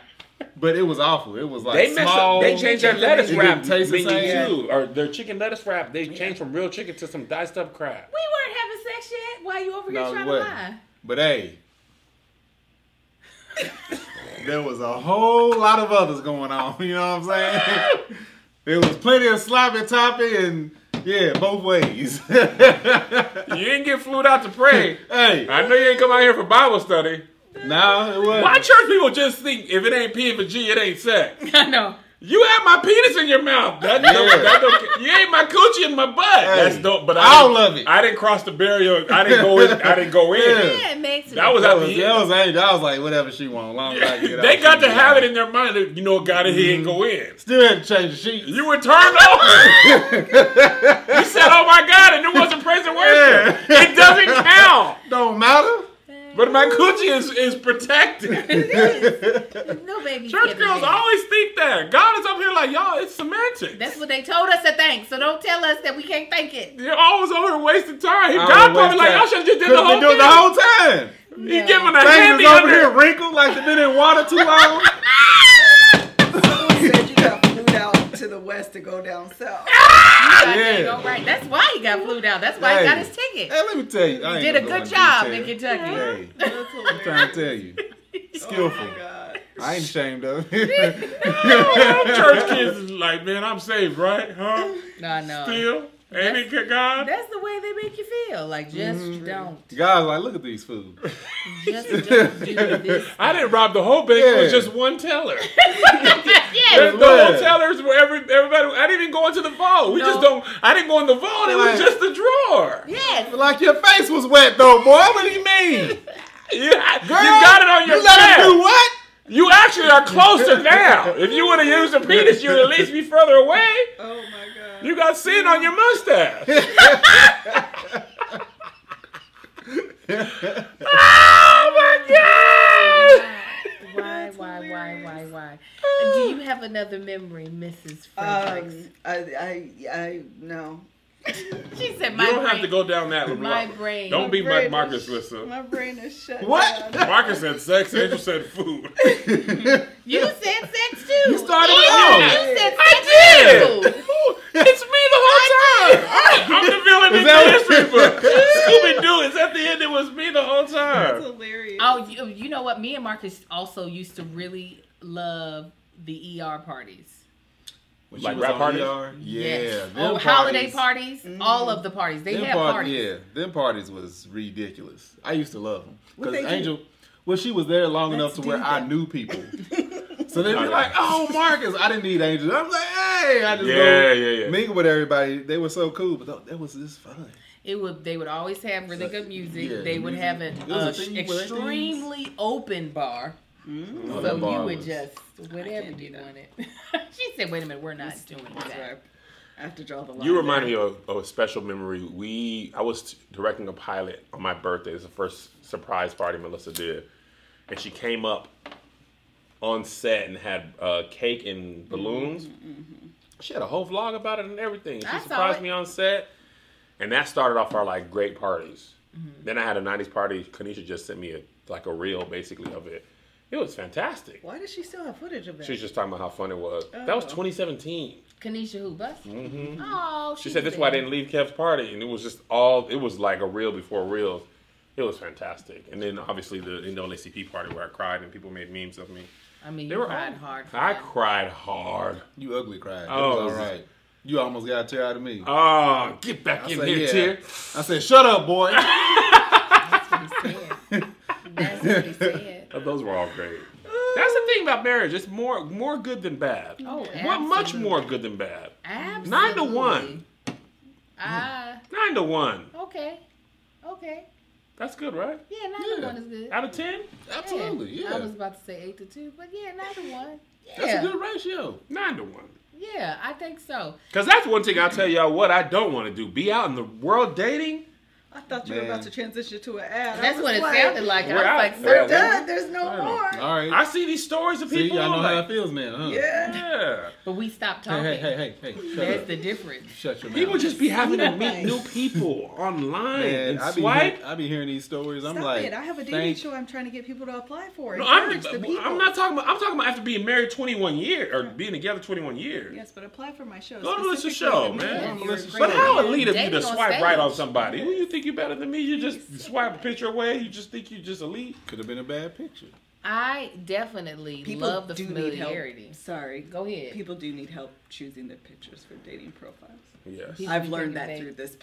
but it was awful. It was like They messed small. up. They changed their lettuce It wrap didn't taste the menu same. too, or their chicken lettuce wrap. They changed from real chicken to some diced up crab. We weren't having sex yet. Why are you over here No, it trying to wasn't. lie? [LAUGHS] But hey, there was a whole lot of others going on. You know what I'm [LAUGHS] saying? there was plenty of sloppy toppy and yeah, both ways. [LAUGHS] You didn't get flued out to pray. hey, I know you ain't come out here for Bible study. no, it wasn't. Why church people just think if it ain't P and G, it ain't sex? I know. You have my penis in your mouth. That, Yeah. don't, that don't, you ain't my coochie in my butt. That's dope. But I all didn't- of it. I didn't cross the barrier. I didn't go in. I didn't go in. Yeah. Yeah, it makes it. That was That at was, the that end. was angry. I was like, whatever she want. Long as I can get out, They she got to can have get it in their mind. That, you know, got to here and go in. Still had to change the sheets. You were turned off. [LAUGHS] you said, "Oh my God!" and it wasn't praise and worship. Yeah. It doesn't count. Don't matter. But my coochie is is protected. no baby. Church girls always think that God is up here like y'all. It's semantics. That's what they told us to think. So don't tell us that we can't think it. You're always over here wasting time. He I God don't waste probably like time. y'all should have just did Could've the whole been doing thing. the whole time. You No. giving a Things handy was over under. here wrinkled like they've been in water too long. Someone said you got flew out to the west to go down south. Yeah. Yeah. right. That's why he got flew down. That's why he got Hey. his ticket. [LAUGHS] Hey, let me tell you, I ain't Did a gonna good go job in into detail. Kentucky. Hey, That's I'm hilarious. trying to tell you, skillful. Oh my God. I ain't ashamed of [LAUGHS] [LAUGHS] it. [LAUGHS] Church kids is like, man, I'm saved, right? [LAUGHS] Huh? No, no. Still? Ain't it good God? That's the way they make you feel. Like just Mm-hmm. [LAUGHS] don't, Guys, like, look at these fools. just don't do this. I didn't rob the whole bank. It was Yeah. just one [LAUGHS] teller. yeah, The whole Yeah. tellers were every, everybody. I didn't even go into the vault. We No. just don't. I didn't go in the vault. It was Right. just the drawer. yes. Like your face was wet though, boy. What do you mean? Yeah, I- you got it on your You let him do chest. what? You actually are [LAUGHS] closer now. If you would have used a penis, you'd at least be further away. Oh my God. You got sin on your [LAUGHS] mustache. oh my god! Why, [LAUGHS] why, why, why, why? Do you have another memory, Mrs. Fredericks? Um, I, I, I, no. she said, You "My don't brain, have to go down that road. my brain." Don't be brain like is- Marcus Lissa. My brain is shut What? down. Marcus said sex, Angel said food. You said sex too. You started You it all. said sex I too. did. [LAUGHS] It's me the whole time. [LAUGHS] I'm the villain in Is that the what- history book. Scooby Doo is at the end. It was me the whole That's time. hilarious. Oh, you, you know what? Me and Marcus also used to really love the ER parties. [LAUGHS] When Like rap parties? ER, yeah. Yes. them Oh, holiday parties- parties. All of the parties. They Them had par- parties. Yeah, them parties was ridiculous. I used to love them What because they do? Angel, well, she was there long Let's enough to do where I that. knew [LAUGHS] people. So they'd be Okay. like, "Oh, Marcus, I didn't need Angel." I'm like, "Hey, I just Yeah, yeah, go yeah. mingle with everybody. They were so cool, but that, that was just fun." Oh, It would. They would always have really good music. Yeah, they would music. have an It was a uh, thing with things. extremely open bar. Oh, So that you bar would was- just whatever do you that. wanted. [LAUGHS] she said, "Wait a minute, we're not doing That's that." right. I have to draw the line. You remind me of, of a special memory. We I was directing a pilot on my birthday. It's the first surprise party Melissa did, and she came up on set and had uh, cake and balloons. She had a whole vlog about it and everything. She Mm-hmm, I saw surprised it. me on set, and that started off our like great parties. Mm-hmm. Then I had a '90s party. Kanisha just sent me a, like a reel basically of it. It was fantastic. Why does she still have footage of that? She was just talking about how fun it was. That was Oh. 2017. Kanisha who bust? Oh, She said this is why I didn't leave Kev's party, and it was just all it was like a reel before reels. It was fantastic, and then obviously the NAACP party where I cried and people made memes of me. I mean, They you were cried all- hard. For I that. cried hard. You ugly cried. It Oh. was all right. You almost got a tear out of me. Oh, get back I in said, here, yeah. tear. I said, "Shut [LAUGHS] up, boy." [LAUGHS] That's what he said. That's what he [LAUGHS] said. Oh, Those were all great. That's the thing about marriage. It's more more good than bad. Oh, Well, much absolutely. more good than bad. Absolutely. Nine to one. Ah, Nine to one. okay, okay. That's good, right? Yeah, nine to Yeah. one is good. Out of ten? Absolutely, yeah. I was about to say eight to two, but yeah, nine to one. Yeah, That's a good ratio. Nine to one. yeah, I think so. Cause that's one thing I'll tell y'all what I don't want to do. Be out in the world dating. I thought you were Man. about to transition to an ad. I That's was what it like, sounded like. and We're I was out. like, We're sir, out. Duh, there's no All more. right. I see these stories of See, people. y'all know how like, it feels, man. Huh? Yeah. Yeah. but we stopped Hey, talking. hey, hey, hey, hey! Shut That's up. the difference. Shut your mouth. People just be having to meet Nice. new people online Man, and I be, swipe. hear, I be hearing these stories. I'm Stop like, it. I have a dating thank- show I'm trying to get people to apply for. No, I'm, Encourage the people. I'm not talking about. I'm talking about after being married 21 years or being together 21 years. Yes, but apply for my show. Go to Melissa's specifically show, the man. men. Yeah, Melissa's You're But how agreeing. elite of you Dating to on swipe stage. right on somebody? Who you think you better than me? You just swipe a picture away. You just think you just elite. Could have been a bad picture. I definitely People love the do need help. familiarity. Sorry, Go ahead. People do need help choosing their pictures for dating profiles. Yes. People I've do learned need that help. through this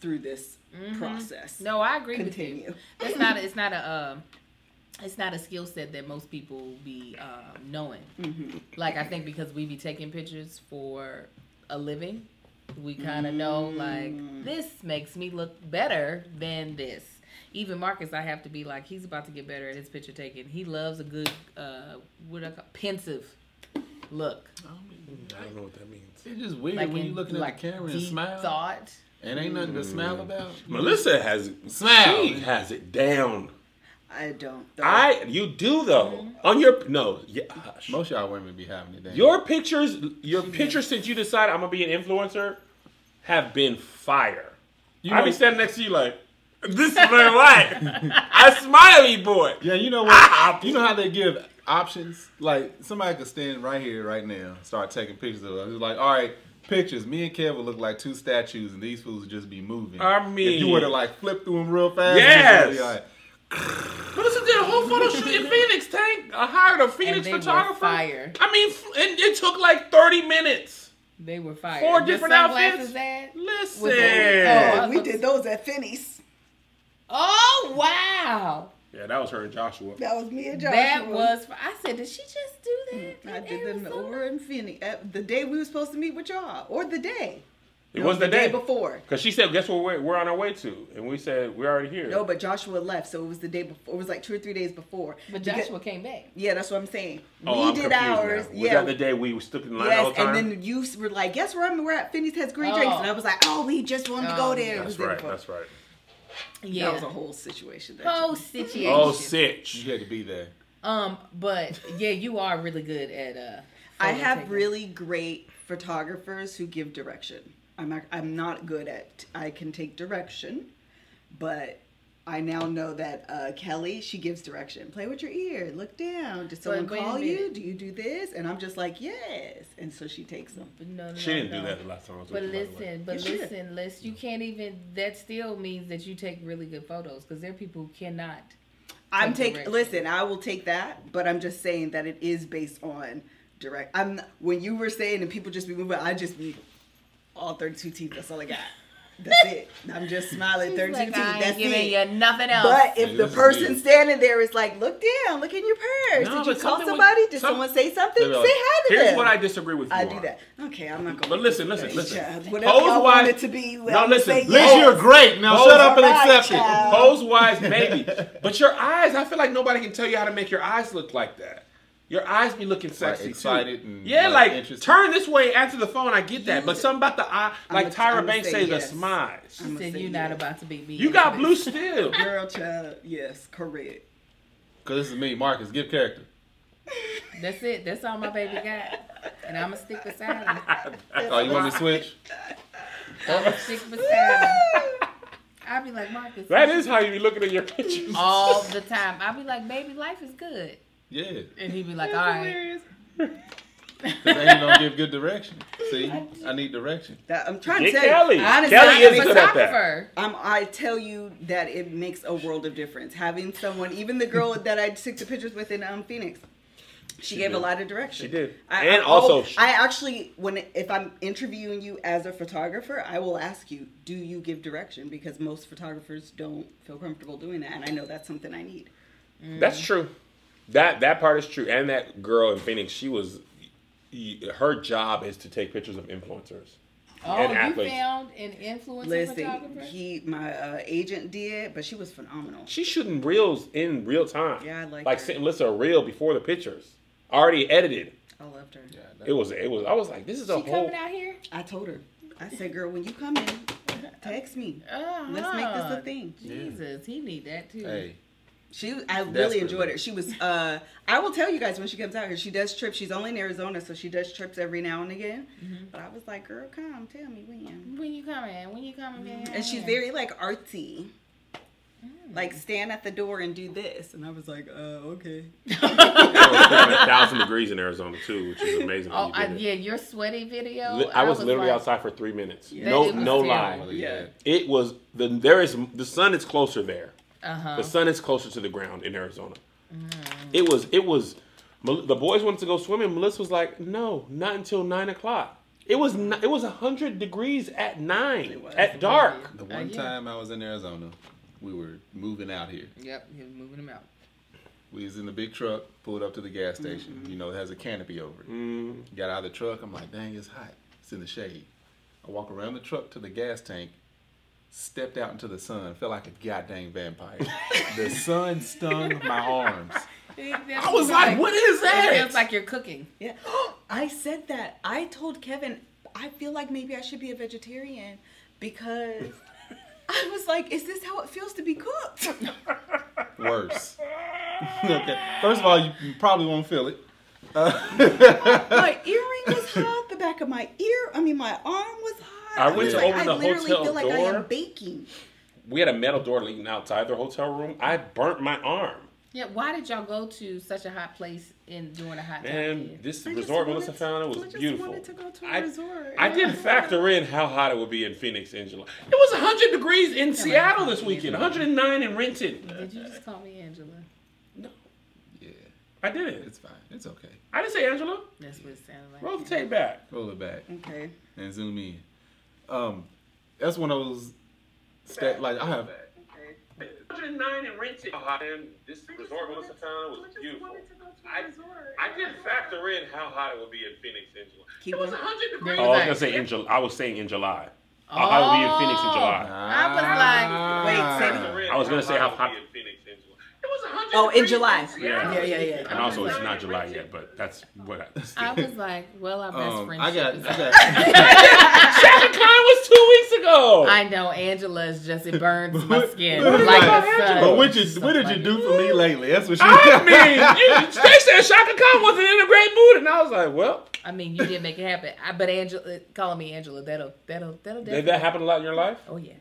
through this process. Mm-hmm. No, I agree with Continue. you. That's not. It's not a. Um, it's not a skill set that most people be um, knowing. Mm-hmm. Like I think because we be taking pictures for a living, we kind of know like this makes me look better than this. Even Marcus, I have to be like he's about to get better at his picture taking. He loves a good uh, what I call pensive look. I don't know what that means. It's just weird when you're looking at the camera and deep smile. Thought. And ain't nothing to smile about. Melissa has it. Mm. Smile. She has it down. I don't. Though. I you do though Mm-hmm. on your no yeah. hush. Most y'all women be having it. ain't Your pictures, your pictures since you decided I'm gonna be an influencer, have been fire. it? you I know, be standing next to you like, this is my [LAUGHS] life. I smiley boy. Yeah, you know what? Ah! You know how they give options? Like somebody could stand right here, right now, start taking pictures of us. It's like, all right, pictures. Me and Kev will look like two statues, and these fools would just be moving. I if you mean- were to like flip through them real fast, Yes! you'd be like, Melissa did a whole photo shoot in Phoenix. Tank, I hired a Phoenix And they were photographer. fire. I mean, f- and it took like 30 minutes. They were fired. Four Your different sunglasses outfits? Ad? Listen, With- Oh, I we looked- did those at Finney's. Oh wow, yeah, that was her and Joshua. That was me and Joshua. that was. I said, did she just do that? Mm, I in did them Arizona? over in Finney at the day we were supposed to meet with y'all, or the day. It was the day before. Cause she said, "Guess what? We're, we're on our way to," and we said, "We're already here." No, but Joshua left, so it was the day before. It was like two or three days before. But Because- Joshua came back. yeah, that's what I'm saying. oh, we I'm confused did now. ours. Was Yeah. that the day we stuck in line all Yes, the time? and then you s- were like, "Guess where I'm? We're at Finney's has green drinks," Oh. and I was like, "Oh, we just wanted to Oh, go there." It that's was the right. before. That's right. Yeah. That was a whole situation. That whole situation. Oh, sitch. you had to be there. Um, but yeah, you are really good at uh. I photo have taking. really great photographers who give direction. I'm not, I'm not good at I can take direction, but I now know that uh, Kelly she gives direction. Play with your ear, look down. Did someone wait a call you? minute. Do you do this? And I'm just like yes, and so she takes them. But no, no, She didn't no. do that the last time I was But with you, by the way. listen, but You should. listen, listen. You can't even. That still means that you take really good photos because there are people who cannot. I'm Take taking. direction. Listen, I will take that, but I'm just saying that it is based on direct. I'm when you were saying and people just be moving. I just be all 32 teeth. That's all I got. [LAUGHS] That's it. I'm just smiling. 32 teeth. That's it. nothing else. But Yeah, if the this is person weird. standing there is like, look down, look in your purse. No, but Did you call something would- somebody? Did some- someone say something? They'd be Say like, hi to Here's them. what I disagree with you. I on. do that. Okay, I'm not going. But listen, listen, listen. Whatever Pose I wise- want it to be. No, I'm listen, saying Liz, yes. you're great. Now Pose- shut up and All right, accept child. it. Pose wise, [LAUGHS] maybe. but your eyes, I feel like nobody can tell you how to make your eyes look like that. Your eyes be looking sexy, too. excited and, yeah, like, like, interested. turn this way, and answer the phone. I get that, but Yeah. something about the eye, like a- Tyra I'ma Banks say says, yes. the smiles. I'm gonna said say you're not yes. about to beat me. You in got this. blue steel. [LAUGHS] Girl, child, yes, correct. Cause this is me, Marcus. Give character. That's it. That's all my baby got, and I'ma stick beside him. Oh, you want me to switch? I'ma stick beside him. I'll be like Marcus. That is how you be looking at your [LAUGHS] pictures. all the time. I'll be like, baby, life is good, Yeah. and he'd be like, all right. Cause ain't gonna give good direction. See, I need direction. That- I'm trying Get to tell Kelly. you. Honestly, Kelly I'm is a good at that. Photographer. Um, I tell you that it makes a world of difference having someone, even the girl that I took the pictures with in um, Phoenix. She, gave did. a lot of direction. She did. And I, also- oh, I actually, when if I'm interviewing you as a photographer, I will ask you, do you give direction? Because most photographers don't feel comfortable doing that, and I know that's something I need. That's true. That that part is true. And that girl in Phoenix, she was. Her job is to take pictures of influencers. Oh, And you athletes. found an influencer Listen, photographer. he, my uh, agent did, but she was phenomenal. She's shooting reels in real time. Yeah, I like like her. sending Lissa a reel before the pictures, already edited. I loved her. It was it was. I was like, this is a she whole. [LAUGHS] coming out here. I told her, I said, girl, when you [LAUGHS] come in, text me. Uh-huh. Let's make this a thing. Jesus, he need that too. Hey, She, I Desperately. really enjoyed her. She was, uh, I will tell you guys when she comes out here, she does trips. She's only in Arizona, so she does trips every now and again. But I was like, girl, come, tell me when. When you coming? When you coming? man? And she's very like artsy. Like stand at the door and do this, and I was like, uh, okay. a thousand degrees in Arizona too, which is amazing. Oh, that I, you did it. yeah, your sweaty video. Li- I, was, literally like, outside for three minutes. Yeah. No, It was no terrible. lie. Yeah. It was the there is the sun is closer there. Uh huh. The Uh-huh. sun is closer to the ground in Arizona. It was it was. Mel- The boys wanted to go swimming. Melissa was like, "No, not until nine o'clock." It was ni- it was hundred degrees at nine was. at dark. The Uh, one yeah. time I was in Arizona, we were moving out here. Yep, he was moving him out. We was in the big truck, pulled up to the gas station. You know, it has a canopy over it. Got out of the truck. I'm like, dang, it's hot. It's in the shade. I walk around the truck to the gas tank, stepped out into the sun, felt like a goddamn vampire. the sun stung my arms. I I was like, what is It feels that? like you're cooking. Yeah. [GASPS] I said that. I told Kevin, I feel like maybe I should be a vegetarian because I was like, is this how it feels to be cooked? [LAUGHS] [LAUGHS] Worse. okay. First of all, you you probably won't feel it. my earring was hot, the back of my ear, I mean, my arm was hot. I went was to like, open the I literally hotel feel like I door. am baking. We had a metal door leading outside their hotel room. I burnt my arm. Yeah, why did y'all go to such a hot place in during a hot time? Man, period? this I just resort wanted Melissa to- found it I was just beautiful. wanted to go to a I- resort. I did factor in how hot it would be in Phoenix in July. It was 100 degrees in Seattle this weekend, 109 in Renton. Did you just call me Angela? No, Yeah, I didn't. it's fine. It's okay. I didn't say Angela. That's what it sounded like. Roll the tape back. Roll it back. Okay. and zoom in. Um, that's one of those stat like I have. 109 in Renton. And this resort Melissa found was beautiful. I, I did factor in how hot it would be in Phoenix in July. Keep it was on. 100 There degrees. was Oh, I was like- gonna say in July. I was saying in July. How hot it would be in Oh, Phoenix in July. Ah. I was like, wait, wait, I was gonna say how hot. Oh, Oh, in July. Yeah. Yeah, yeah, yeah. And also, it's not July yet, but that's what I. I was like, well, our best Um, I friendship got, is. I got, [LAUGHS] Shaka Khan was two weeks ago. [LAUGHS] I know Angela's just it burns my skin like What the is that, sun. but what you, what did you do for me lately? That's what she. [LAUGHS] I mean, you, they said Shaka Khan wasn't in a great mood, and I was like, well, I mean, you did make it happen. I, but Angela, calling me Angela, that'll that'll that'll did definitely. that happen a lot in your life? oh yeah,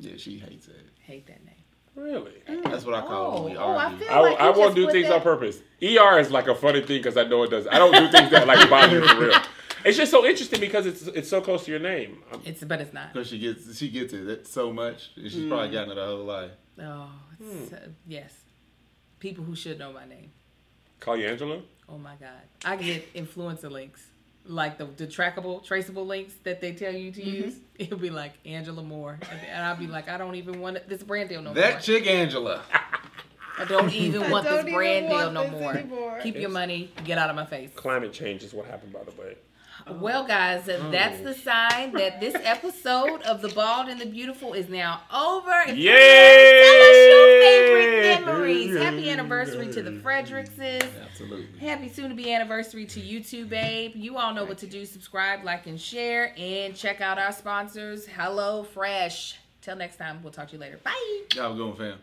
yeah, she hates it. hate that name. Really? That's what I call it when we Oh, oh, I argue. feel- I, like I you just won't do put things that- on purpose. ER is like a funny thing because I know it does. I don't do things that like bother me for real. It's just so interesting because it's it's so close to your name. Um, I'm- It's but it's not. Because she gets, she gets it that- so much, and she's probably gotten it her whole life. Oh it's, Hmm. uh, yes, people who should know my name. call you Angela. Oh my God, I get influencer links like the, the trackable, traceable links that they tell you to Mm-hmm. use. It'll be like Angela Moore, and I'll be like, I don't even want this brand deal no more. That chick Angela. I don't even I want don't this even brand deal want no this more. anymore. Keep your money. Get out of my face. Climate change is what happened, by the way. Well, guys, that's the sign that this episode of The Bald and the Beautiful is now over. If you- Tell us your favorite memories. Happy anniversary to the Frederickses. Absolutely. Happy soon to be anniversary to you too, babe. You all know what to do. Subscribe, like, and share. And check out our sponsors, Hello Fresh. Till next time, we'll talk to you later. Bye. Y'all going, fam?